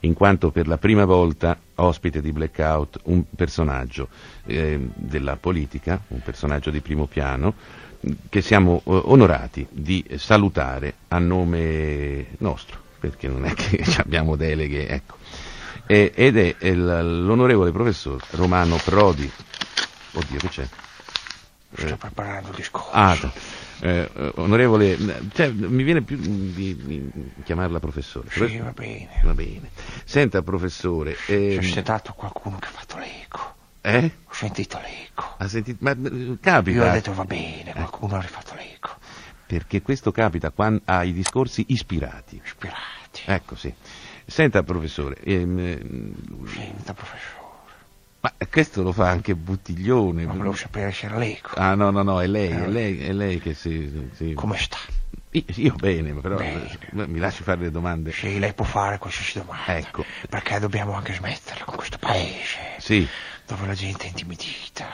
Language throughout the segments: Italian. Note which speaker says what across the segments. Speaker 1: in quanto per la prima volta ospite di Blackout un personaggio eh, della politica, un personaggio di primo piano, che siamo eh, onorati di salutare a nome nostro, perché non è che abbiamo deleghe, ecco. E- ed è il- l'onorevole professor Romano Prodi. Oddio, che c'è? Eh.
Speaker 2: Sto preparando il discorso.
Speaker 1: Ah, eh, eh, onorevole, cioè, mi viene più di, di chiamarla professore.
Speaker 2: sì, va bene.
Speaker 1: Va bene. Senta, professore,
Speaker 2: C'è
Speaker 1: ehm,
Speaker 2: sedato qualcuno che ha fatto l'eco.
Speaker 1: eh?
Speaker 2: Ho sentito l'eco.
Speaker 1: Ha Eh. sentito? Ma eh,
Speaker 2: Io ho
Speaker 1: capita,
Speaker 2: detto va bene, qualcuno ha rifatto l'eco.
Speaker 1: perché questo capita quan- ai discorsi ispirati.
Speaker 2: Ispirati.
Speaker 1: Ecco, sì. Senta, professore, ehm, ehm,
Speaker 2: Senta, professore.
Speaker 1: ma questo lo fa anche Buttiglione.
Speaker 2: Ma volevo sapere se era l'eco.
Speaker 1: Eh, Ah, no, no, no, è lei, è lei, è lei che si... si-
Speaker 2: Eh. Come sta?
Speaker 1: Io, io bene, però
Speaker 2: Bene.
Speaker 1: eh, mi lasci fare le domande.
Speaker 2: Sì, lei può fare qualsiasi domanda.
Speaker 1: Eh. Ecco.
Speaker 2: Perché dobbiamo anche smetterla con questo paese.
Speaker 1: Sì.
Speaker 2: Dove la gente è intimidita.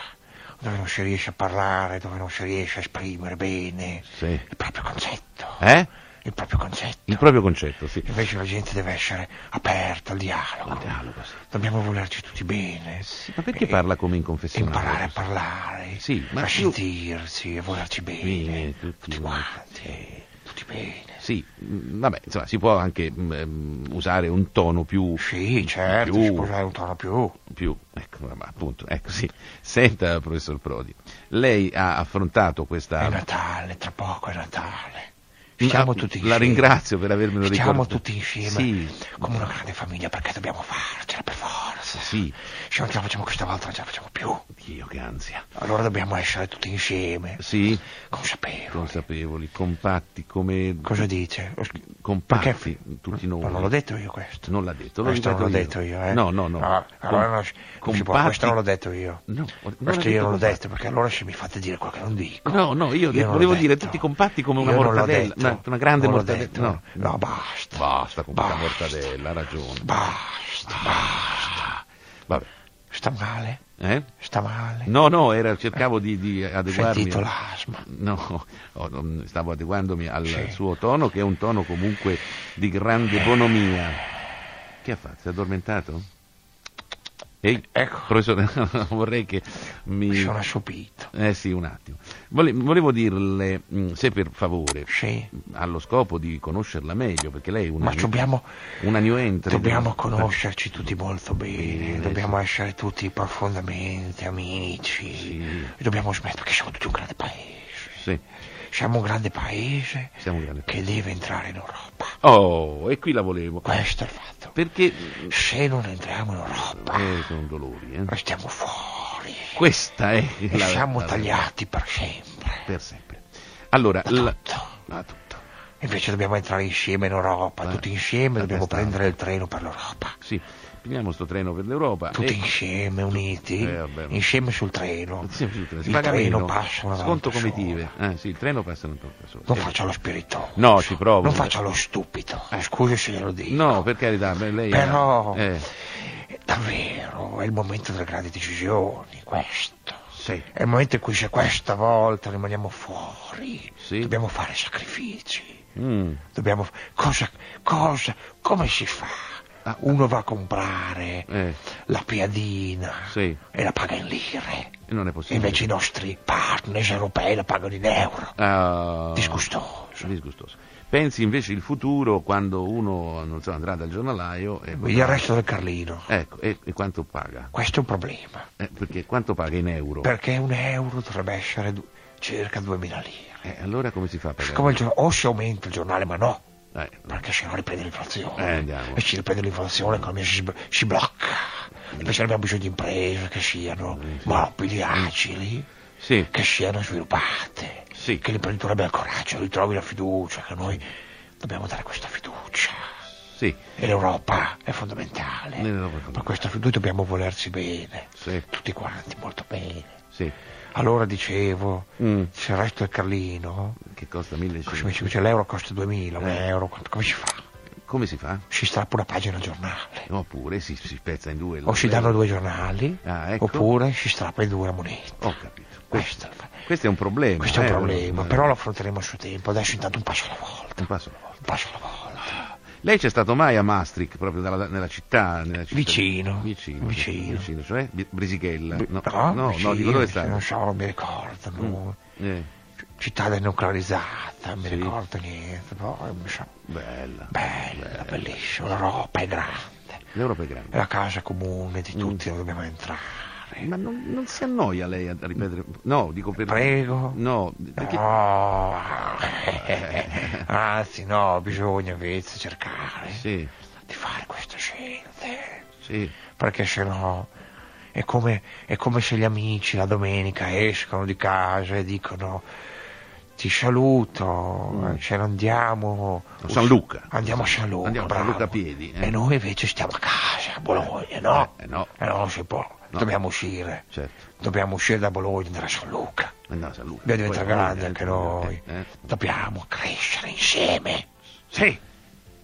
Speaker 2: Dove non si riesce a parlare, dove non si riesce a esprimere bene
Speaker 1: Sì.
Speaker 2: il proprio concetto.
Speaker 1: Eh?
Speaker 2: Il proprio concetto.
Speaker 1: Il proprio concetto, sì.
Speaker 2: Invece la gente deve essere aperta al dialogo.
Speaker 1: Al dialogo, sì. Eh,
Speaker 2: Dobbiamo volerci tutti bene.
Speaker 1: Ma perché
Speaker 2: E-
Speaker 1: parla come in
Speaker 2: e
Speaker 1: confessionale?
Speaker 2: Eh, Imparare a parlare,
Speaker 1: Sì, ma
Speaker 2: a
Speaker 1: io-
Speaker 2: sentirsi, a volerci bene.
Speaker 1: Bene, tutti quanti.
Speaker 2: quanti. Tutti bene.
Speaker 1: Sì, mh, vabbè, insomma, si può anche mh, ehm, usare un tono più...
Speaker 2: Sì, certo,
Speaker 1: più,
Speaker 2: si può usare un tono più.
Speaker 1: più, ecco, ma appunto, ecco, sì. Senta, professor Prodi, lei ha affrontato
Speaker 2: È
Speaker 1: questa...
Speaker 2: Natale, tra poco è Natale.
Speaker 1: Ma-
Speaker 2: Stiamo tutti insieme.
Speaker 1: la ringrazio per avermelo
Speaker 2: Stiamo
Speaker 1: ricordato.
Speaker 2: tutti insieme
Speaker 1: Sì.
Speaker 2: come una grande famiglia perché dobbiamo farcela per forza.
Speaker 1: Sì.
Speaker 2: Se non ce la facciamo questa volta non ce la facciamo più.
Speaker 1: Dio, che ansia.
Speaker 2: Allora dobbiamo essere tutti insieme.
Speaker 1: Sì,
Speaker 2: Consapevoli.
Speaker 1: consapevoli, compatti, come...
Speaker 2: Cosa dice? Ho sch-
Speaker 1: Compatti, tutti noi.
Speaker 2: Ma non l'ho detto io questo.
Speaker 1: Non l'ha detto, lo
Speaker 2: Questo non l'ho
Speaker 1: ripeto
Speaker 2: detto
Speaker 1: io.
Speaker 2: io, eh.
Speaker 1: No, no, no.
Speaker 2: allora
Speaker 1: Com-
Speaker 2: non si- non si può.
Speaker 1: compatti-
Speaker 2: Questo non l'ho detto io.
Speaker 1: No, non l'ha
Speaker 2: questo
Speaker 1: detto
Speaker 2: io non l'ho
Speaker 1: compatti.
Speaker 2: detto perché allora se mi fate dire quello che non dico.
Speaker 1: No, no, io
Speaker 2: non l'ho
Speaker 1: volevo dire
Speaker 2: detto.
Speaker 1: tutti compatti come una
Speaker 2: Io non l'ho
Speaker 1: mortadella,
Speaker 2: detto.
Speaker 1: una- una grande
Speaker 2: Non l'ho
Speaker 1: mortadella,
Speaker 2: detto.
Speaker 1: no.
Speaker 2: No. basta.
Speaker 1: Basta con questa
Speaker 2: Basta.
Speaker 1: mortadella, ha ragione.
Speaker 2: Basta, basta.
Speaker 1: Vabbè.
Speaker 2: Sta male?
Speaker 1: Eh?
Speaker 2: Sta male?
Speaker 1: No, no, era- cercavo di, di
Speaker 2: Ho
Speaker 1: adeguarmi.
Speaker 2: sentito l'asma.
Speaker 1: No, oh, non- stavo adeguandomi al
Speaker 2: Sì.
Speaker 1: suo tono, che è un tono comunque di grande bonomia. Che ha fatto? Si è addormentato? Ehi,
Speaker 2: Ecco.
Speaker 1: professore, vorrei che mi...
Speaker 2: Mi sono assopito.
Speaker 1: Eh sì, un attimo. Vole- volevo dirle, mh, se per favore,
Speaker 2: Sì.
Speaker 1: allo scopo di conoscerla meglio, perché lei è una,
Speaker 2: Ma dobbiamo,
Speaker 1: una new entry.
Speaker 2: dobbiamo
Speaker 1: del-
Speaker 2: conoscerci tutti molto bene,
Speaker 1: Bene,
Speaker 2: dobbiamo essere tutti profondamente amici,
Speaker 1: Sì.
Speaker 2: E dobbiamo smettere perché siamo tutti un grande paese.
Speaker 1: Sì,
Speaker 2: Siamo un grande paese
Speaker 1: siamo grandi.
Speaker 2: che deve entrare in Europa.
Speaker 1: Oh, e qui la volevo.
Speaker 2: Questo è il fatto.
Speaker 1: Perché... mm,
Speaker 2: Se non entriamo in Europa,
Speaker 1: Eh, sono dolori, eh.
Speaker 2: restiamo fuori
Speaker 1: Questa è
Speaker 2: e
Speaker 1: la...
Speaker 2: siamo
Speaker 1: la-
Speaker 2: tagliati per sempre.
Speaker 1: Per sempre. Allora,
Speaker 2: Da
Speaker 1: la-
Speaker 2: tutto.
Speaker 1: da tutto.
Speaker 2: Invece dobbiamo entrare insieme in Europa,
Speaker 1: Ma-
Speaker 2: tutti insieme
Speaker 1: ma
Speaker 2: dobbiamo
Speaker 1: questa-
Speaker 2: prendere il treno per l'Europa.
Speaker 1: Sì, prendiamo sto treno per l'Europa.
Speaker 2: Tutti
Speaker 1: e...
Speaker 2: insieme, uniti,
Speaker 1: eh, vabbè, ma-
Speaker 2: insieme sul treno.
Speaker 1: Sì, sì, sì, si
Speaker 2: il
Speaker 1: paga
Speaker 2: treno
Speaker 1: meno.
Speaker 2: passa una
Speaker 1: Sconto
Speaker 2: volta
Speaker 1: comitive.
Speaker 2: sola.
Speaker 1: Eh, sì, il treno passa una volta sola.
Speaker 2: Non
Speaker 1: Eh,
Speaker 2: faccia lo spiritoso.
Speaker 1: No, ci provo.
Speaker 2: Non faccia lo stupido. Scusi se glielo dico.
Speaker 1: No, per carità, beh, lei... ha-
Speaker 2: Però,
Speaker 1: eh,
Speaker 2: davvero, è il momento delle grandi decisioni, questo.
Speaker 1: sì.
Speaker 2: È il momento in cui se questa volta rimaniamo fuori,
Speaker 1: Sì.
Speaker 2: dobbiamo fare sacrifici.
Speaker 1: Mm.
Speaker 2: Dobbiamo... Cosa... Cosa... Come si fa?
Speaker 1: Ah.
Speaker 2: Uno va a comprare
Speaker 1: Eh.
Speaker 2: la piadina
Speaker 1: Sì.
Speaker 2: e la paga in lire.
Speaker 1: Non è
Speaker 2: E
Speaker 1: possibile.
Speaker 2: invece i nostri partner europei la pagano in euro.
Speaker 1: Ah,
Speaker 2: Disgustoso.
Speaker 1: disgustoso. Pensi invece il futuro quando uno non so, andrà dal giornalaio e
Speaker 2: Il resto del Carlino.
Speaker 1: ecco, e, e quanto paga?
Speaker 2: Questo è un problema.
Speaker 1: Eh, perché quanto paga in euro?
Speaker 2: Perché un euro dovrebbe essere du- circa 2000 lire.
Speaker 1: Eh, allora come si fa a pagare?
Speaker 2: Come il gior- o si aumenta il giornale, ma no.
Speaker 1: Eh,
Speaker 2: Perché se no riprende
Speaker 1: Eh,
Speaker 2: l'inflazione.
Speaker 1: andiamo.
Speaker 2: e se riprende l'inflazione l'economia si, sb- si blocca. Invece abbiamo bisogno di imprese che siano
Speaker 1: Mm,
Speaker 2: mobili, agili,
Speaker 1: sì,
Speaker 2: che siano sviluppate.
Speaker 1: Sì.
Speaker 2: Che l'imprenditore abbia il coraggio, ritrovi la fiducia, che noi dobbiamo dare questa fiducia.
Speaker 1: Sì,
Speaker 2: E l'Europa è fondamentale.
Speaker 1: L'Europa è fondamentale.
Speaker 2: Per questo noi dobbiamo volersi bene,
Speaker 1: Sì.
Speaker 2: tutti quanti molto bene.
Speaker 1: sì.
Speaker 2: Allora dicevo,
Speaker 1: Mm.
Speaker 2: se il resto è Carlino,
Speaker 1: Che costa
Speaker 2: cosa mi
Speaker 1: 1500.
Speaker 2: dice? Cioè, l'euro costa 2000, un
Speaker 1: Eh.
Speaker 2: euro, quanto- come si fa?
Speaker 1: Come si fa?
Speaker 2: Si strappa una pagina al giornale,
Speaker 1: Oppure si, si spezza in due.
Speaker 2: o si danno due giornali,
Speaker 1: Ah, ecco.
Speaker 2: oppure si strappa in due la moneta.
Speaker 1: Ho capito.
Speaker 2: Questo,
Speaker 1: Questo è un problema.
Speaker 2: questo è
Speaker 1: eh,
Speaker 2: un problema,
Speaker 1: eh,
Speaker 2: però lo affronteremo a suo tempo. Adesso intanto un passo alla volta.
Speaker 1: Un passo alla volta.
Speaker 2: Un passo alla volta.
Speaker 1: Lei c'è stato mai a Maastricht, proprio dalla- nella città? nella città-
Speaker 2: Vicino.
Speaker 1: Vicino.
Speaker 2: Vicino.
Speaker 1: cioè Bi- Brisighella.
Speaker 2: Beh,
Speaker 1: No,
Speaker 2: però,
Speaker 1: no,
Speaker 2: sì,
Speaker 1: no, dico dove è
Speaker 2: Non
Speaker 1: stato?
Speaker 2: so, non mi ricordo. no.
Speaker 1: Eh,
Speaker 2: Città denuclearizzata, non mi
Speaker 1: Sì.
Speaker 2: ricordo niente. Poi, non so,
Speaker 1: bella.
Speaker 2: bella, bellissima. L'Europa è grande.
Speaker 1: L'Europa è
Speaker 2: È
Speaker 1: grande.
Speaker 2: la casa comune
Speaker 1: Mm.
Speaker 2: di tutti, dove dobbiamo entrare.
Speaker 1: Ma non, non si annoia lei a ripetere? No, dico per...
Speaker 2: Prego.
Speaker 1: No, perché...
Speaker 2: No. eh. Anzi, no, bisogna invece cercare
Speaker 1: Sì,
Speaker 2: di fare queste scelte.
Speaker 1: sì.
Speaker 2: Perché sennò è come, è come se gli amici la domenica escono di casa e dicono ti saluto, eh, ce ne andiamo
Speaker 1: Mm. A San Luca.
Speaker 2: Andiamo a San Luca.
Speaker 1: Andiamo a San
Speaker 2: bravo.
Speaker 1: Luca a piedi, eh.
Speaker 2: E noi invece stiamo a casa, a Bologna, no?
Speaker 1: Eh, eh, no.
Speaker 2: Eh, non si può.
Speaker 1: No.
Speaker 2: Dobbiamo uscire.
Speaker 1: Certo.
Speaker 2: Dobbiamo uscire da Bologna e andare a San Luca.
Speaker 1: Andiamo a San Luca.
Speaker 2: Dobbiamo diventare
Speaker 1: Poi-
Speaker 2: grandi anche noi.
Speaker 1: Eh, eh.
Speaker 2: Dobbiamo crescere insieme.
Speaker 1: Sì.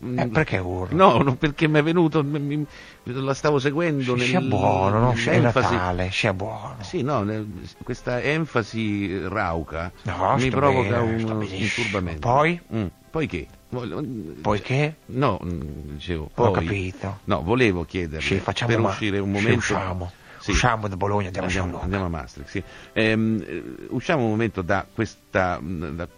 Speaker 2: Eh, perché urlo?
Speaker 1: Mm. No, no, perché mi è venuto, mi- mi- la stavo seguendo nel...
Speaker 2: sia buono, no? Sia è
Speaker 1: nell'enfasi-
Speaker 2: Natale, sia buono.
Speaker 1: Sì, no, nel- questa enfasi eh, rauca
Speaker 2: No,
Speaker 1: mi
Speaker 2: sto
Speaker 1: provoca
Speaker 2: bene, sto
Speaker 1: un, un
Speaker 2: benissimo.
Speaker 1: turbamento.
Speaker 2: Poi?
Speaker 1: Mm, poi che? Voglio-
Speaker 2: Poiché?
Speaker 1: No, mm, dicevo,
Speaker 2: Ho
Speaker 1: poi...
Speaker 2: capito.
Speaker 1: No, volevo chiederle,
Speaker 2: Sì, facciamo
Speaker 1: per
Speaker 2: ma-
Speaker 1: uscire un
Speaker 2: sì,
Speaker 1: momento...
Speaker 2: usciamo.
Speaker 1: Sì.
Speaker 2: Usciamo da Bologna, andiamo, a
Speaker 1: Andiamo,
Speaker 2: San Luca.
Speaker 1: andiamo a Maastricht, sì. Ehm, eh, usciamo un momento da questa mh, da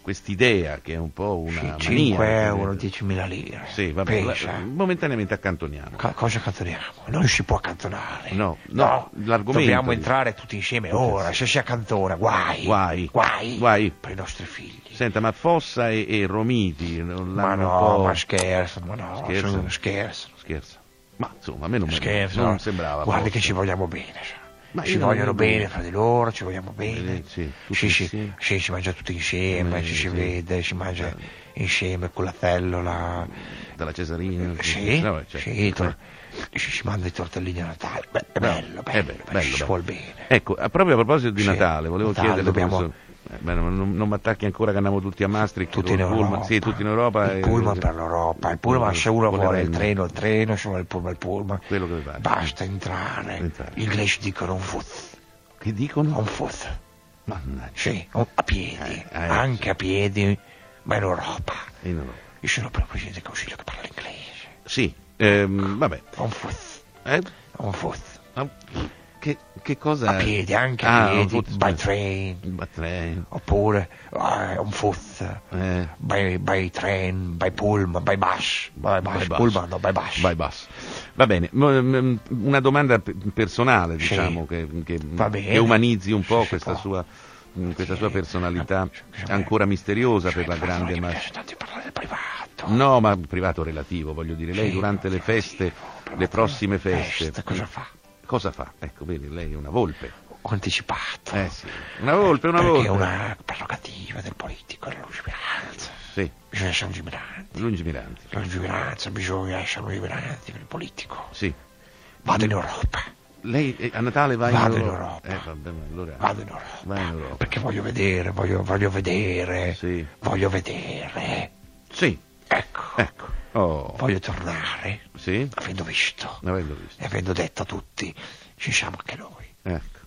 Speaker 1: quest'idea che è un po' una mania.
Speaker 2: 5
Speaker 1: eh,
Speaker 2: euro, 10.000 lire.
Speaker 1: Sì, vabbè,
Speaker 2: Pensa.
Speaker 1: la- momentaneamente accantoniamo.
Speaker 2: Ca- cosa accantoniamo? Non si può accantonare.
Speaker 1: No, no, l'argomento-
Speaker 2: Dobbiamo entrare tutti insieme ora. Se si accantona, guai.
Speaker 1: Guai.
Speaker 2: Guai.
Speaker 1: Guai.
Speaker 2: Per i nostri figli.
Speaker 1: Senta, ma Fossa e, e Romiti non
Speaker 2: ma
Speaker 1: l'hanno
Speaker 2: no,
Speaker 1: un po'...
Speaker 2: ma scherzo, ma no,
Speaker 1: Scherzo.
Speaker 2: sono- scherzo.
Speaker 1: Scherzo. Ma insomma, a me non, me-
Speaker 2: Scherzo.
Speaker 1: non sembrava.
Speaker 2: Guardi
Speaker 1: forse.
Speaker 2: che ci vogliamo bene. sa.
Speaker 1: Ma
Speaker 2: ci
Speaker 1: io non
Speaker 2: vogliono
Speaker 1: voglio-
Speaker 2: bene fra di loro, ci vogliamo bene.
Speaker 1: Eh, sì, tutti
Speaker 2: sì, sì,
Speaker 1: insieme.
Speaker 2: sì, si mangia tutti insieme,
Speaker 1: Eh,
Speaker 2: ci
Speaker 1: sì. Eh.
Speaker 2: si vede, si mangia insieme con la tellola.
Speaker 1: Dalla Cesarina.
Speaker 2: Sì,
Speaker 1: Eh, no, beh, certo.
Speaker 2: sì, tor- ci si manda i tortellini a Natale. Beh, è
Speaker 1: No, è
Speaker 2: bello, bello, bello,
Speaker 1: bello,
Speaker 2: ci
Speaker 1: bello,
Speaker 2: si
Speaker 1: bello.
Speaker 2: vuol bene.
Speaker 1: Ecco, a- proprio a proposito di
Speaker 2: Sì,
Speaker 1: Natale, volevo
Speaker 2: Natale,
Speaker 1: chiedere...
Speaker 2: dobbiamo-
Speaker 1: professor- eh, beh, non, non, mi attacchi ancora che andiamo tutti a Maastricht.
Speaker 2: Tutti
Speaker 1: col
Speaker 2: in
Speaker 1: pullman.
Speaker 2: Europa.
Speaker 1: Sì, tutti in Europa.
Speaker 2: Il
Speaker 1: e-
Speaker 2: pullman per l'Europa. Il pullman, se uno
Speaker 1: Voleva
Speaker 2: vuole il
Speaker 1: il-
Speaker 2: treno, il treno, se vuole il pullman, il pullman.
Speaker 1: Quello che vi pare.
Speaker 2: Basta entrare.
Speaker 1: Entrare.
Speaker 2: Gli inglesi dicono un foot.
Speaker 1: Che dicono?
Speaker 2: Un foot.
Speaker 1: Mannaggia.
Speaker 2: Oh, Sì, un- a piedi.
Speaker 1: Eh, eh,
Speaker 2: anche a piedi, ma in Europa.
Speaker 1: In Europa.
Speaker 2: Io sono per il presidente del consiglio che parla inglese.
Speaker 1: Sì, ehm, vabbè.
Speaker 2: Un foot.
Speaker 1: Eh,
Speaker 2: Un foot.
Speaker 1: ah, Che, che cosa...
Speaker 2: A piedi, anche
Speaker 1: Ah,
Speaker 2: a piedi.
Speaker 1: forse-
Speaker 2: by train.
Speaker 1: By train.
Speaker 2: Oppure eh, un foot.
Speaker 1: Eh.
Speaker 2: By, by train, by pullman, by bus. By bus,
Speaker 1: By bus.
Speaker 2: pullman, no, by bus.
Speaker 1: By bus. Va bene, mo- m- una domanda pe- personale,
Speaker 2: Sì.
Speaker 1: diciamo, che, che-
Speaker 2: Va bene.
Speaker 1: che umanizzi un po'
Speaker 2: Sì,
Speaker 1: questa
Speaker 2: può.
Speaker 1: sua, mh, questa
Speaker 2: Sì. Ah, diciamo
Speaker 1: sua personalità
Speaker 2: Sì.
Speaker 1: ancora misteriosa
Speaker 2: Cioè,
Speaker 1: per la
Speaker 2: tra l'altro
Speaker 1: grande
Speaker 2: Mi
Speaker 1: massa.
Speaker 2: piace tanto parlare del privato.
Speaker 1: No, ma privato relativo, voglio dire, lei
Speaker 2: Sì,
Speaker 1: durante le
Speaker 2: relativo,
Speaker 1: feste,
Speaker 2: privato
Speaker 1: le prossime feste, mm,
Speaker 2: feste, cosa fa?
Speaker 1: Cosa fa? Ecco, vedi, lei è una volpe.
Speaker 2: Ho anticipato.
Speaker 1: Eh sì, una volpe, una
Speaker 2: Perché
Speaker 1: volpe.
Speaker 2: è una prerogativa del politico, è la lungimiranza.
Speaker 1: Sì,
Speaker 2: Bisogna essere lungimiranti.
Speaker 1: lungimiranti.
Speaker 2: La lungimiranza, bisogna essere lungimiranti per il politico.
Speaker 1: Sì.
Speaker 2: Vado in Europa.
Speaker 1: Lei eh, a Natale va
Speaker 2: Vado
Speaker 1: in
Speaker 2: in
Speaker 1: Europa.
Speaker 2: Europa.
Speaker 1: Eh, vabbè, ma allora-
Speaker 2: Vado in Europa.
Speaker 1: Va in Europa.
Speaker 2: Perché voglio vedere, voglio, voglio vedere.
Speaker 1: Sì.
Speaker 2: Voglio vedere.
Speaker 1: Sì,
Speaker 2: Ecco.
Speaker 1: ecco. Oh,
Speaker 2: Voglio tornare.
Speaker 1: sì,
Speaker 2: Avendo visto.
Speaker 1: avendo visto.
Speaker 2: E avendo detto a tutti. Ci siamo anche noi.
Speaker 1: Ecco.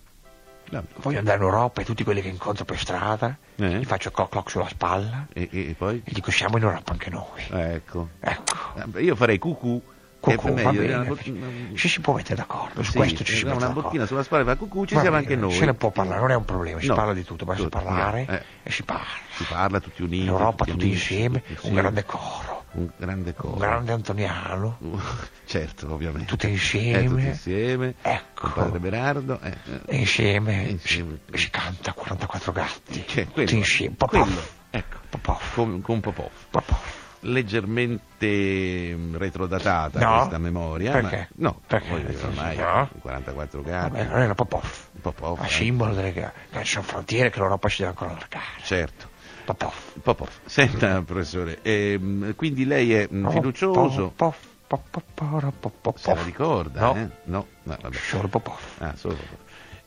Speaker 1: Vabbè.
Speaker 2: Voglio andare in Europa e tutti quelli che incontro per strada.
Speaker 1: Eh.
Speaker 2: Gli faccio cloc cloc sulla spalla.
Speaker 1: E, e- e poi?
Speaker 2: E dico siamo in Europa anche noi.
Speaker 1: Ecco.
Speaker 2: Ecco.
Speaker 1: Eh, beh, Io farei cucù.
Speaker 2: Cucù,
Speaker 1: Eh,
Speaker 2: va
Speaker 1: meglio, eh,
Speaker 2: bene.
Speaker 1: una bot- una-
Speaker 2: Ci si può mettere d'accordo, su
Speaker 1: sì,
Speaker 2: questo ci si
Speaker 1: eh,
Speaker 2: mette
Speaker 1: una
Speaker 2: d'accordo.
Speaker 1: bottina sulla spalla e fa cucù, ci
Speaker 2: Va
Speaker 1: siamo
Speaker 2: bene,
Speaker 1: anche noi.
Speaker 2: Se ne può parlare, non è un problema, si
Speaker 1: No.
Speaker 2: parla di tutto, basta
Speaker 1: Tutto,
Speaker 2: parlare
Speaker 1: eh.
Speaker 2: e si parla.
Speaker 1: Si parla tutti uniti.
Speaker 2: In Europa tutti,
Speaker 1: amici,
Speaker 2: insieme,
Speaker 1: tutti
Speaker 2: un grande coro,
Speaker 1: Un grande coro.
Speaker 2: un grande Antoniano,
Speaker 1: Certo, ovviamente.
Speaker 2: Tutti
Speaker 1: Eh, tutti
Speaker 2: insieme.
Speaker 1: insieme.
Speaker 2: Ecco.
Speaker 1: Il padre Berardo. eh,
Speaker 2: e
Speaker 1: eh,
Speaker 2: insieme,
Speaker 1: Insieme.
Speaker 2: Si, si canta 44 gatti,
Speaker 1: Cioè, quello,
Speaker 2: tutti insieme,
Speaker 1: quello,
Speaker 2: popoff,
Speaker 1: ecco.
Speaker 2: popoff,
Speaker 1: Con, con Popov.
Speaker 2: popoff.
Speaker 1: leggermente mh, retrodatata
Speaker 2: No.
Speaker 1: questa memoria.
Speaker 2: Perché?
Speaker 1: Ma, no,
Speaker 2: Perché?
Speaker 1: voglio dire, ormai
Speaker 2: No.
Speaker 1: 44
Speaker 2: Vabbè,
Speaker 1: gatti.
Speaker 2: non era popoff,
Speaker 1: Ah, Popoff,
Speaker 2: ma
Speaker 1: eh.
Speaker 2: simbolo delle ca- canzoni frontiere che l'Europa ci deve ancora allargare.
Speaker 1: Certo.
Speaker 2: Popoff.
Speaker 1: Popov. Senta, professore, ehm, quindi lei è mm, fiducioso,
Speaker 2: Popoff, popoff, poro, popoff.
Speaker 1: se la ricorda,
Speaker 2: No.
Speaker 1: eh? No, no, vabbè.
Speaker 2: Solo Popoff.
Speaker 1: Ah, solo Popov.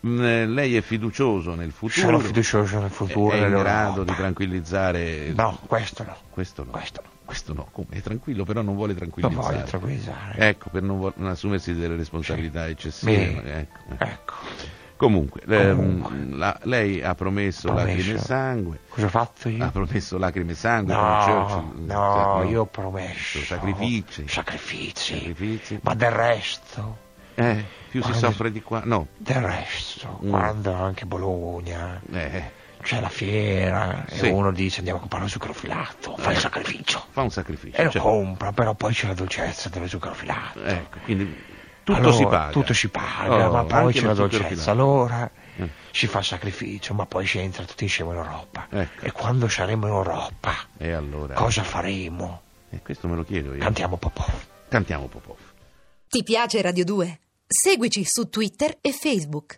Speaker 1: Mm, eh, lei è fiducioso nel futuro,
Speaker 2: Sono fiducioso nel futuro
Speaker 1: è in
Speaker 2: dell'Europa.
Speaker 1: grado di tranquillizzare...
Speaker 2: No, questo no.
Speaker 1: Questo no.
Speaker 2: Questo no.
Speaker 1: Questo no, come? È tranquillo, però non vuole
Speaker 2: Non
Speaker 1: tranquillizzare.
Speaker 2: voglio tranquillizzare.
Speaker 1: Ecco, per non, vo- non assumersi delle responsabilità eccessive.
Speaker 2: Beh,
Speaker 1: ecco.
Speaker 2: ecco.
Speaker 1: Comunque, ehm,
Speaker 2: Comunque.
Speaker 1: la- lei ha promesso
Speaker 2: Promesso.
Speaker 1: lacrime e sangue.
Speaker 2: Cosa ho fatto io?
Speaker 1: Ha promesso lacrime e sangue con
Speaker 2: No,
Speaker 1: Churchill. cioè,
Speaker 2: no,
Speaker 1: Sa-
Speaker 2: io ho promesso
Speaker 1: eh, Sacrifici.
Speaker 2: sacrifici,
Speaker 1: Sacrifici.
Speaker 2: ma del resto,
Speaker 1: Eh, più si
Speaker 2: Quando-
Speaker 1: soffre di qua. No.
Speaker 2: del resto,
Speaker 1: Mm.
Speaker 2: quando anche Bologna
Speaker 1: Eh,
Speaker 2: c'è la fiera
Speaker 1: Sì. Eh.
Speaker 2: e uno dice andiamo a comprare un zucchero filato, fa il sacrificio
Speaker 1: fa un sacrificio.
Speaker 2: e lo
Speaker 1: cioè,
Speaker 2: compra, però poi c'è la dolcezza dello zucchero filato.
Speaker 1: ecco, quindi tutto
Speaker 2: Allora,
Speaker 1: si paga.
Speaker 2: Tutto si paga,
Speaker 1: Oh,
Speaker 2: ma poi
Speaker 1: anche
Speaker 2: c'è la
Speaker 1: zucchero
Speaker 2: dolcezza.
Speaker 1: filato.
Speaker 2: Allora
Speaker 1: Mm.
Speaker 2: si fa sacrificio, ma poi si entra tutti insieme in Europa.
Speaker 1: Ecco.
Speaker 2: E quando saremo in Europa,
Speaker 1: E allora?
Speaker 2: cosa faremo?
Speaker 1: Eh, questo me lo chiedo io.
Speaker 2: Cantiamo Popov.
Speaker 1: Cantiamo Popov.
Speaker 3: Ti piace Radio 2? Seguici su Twitter e Facebook.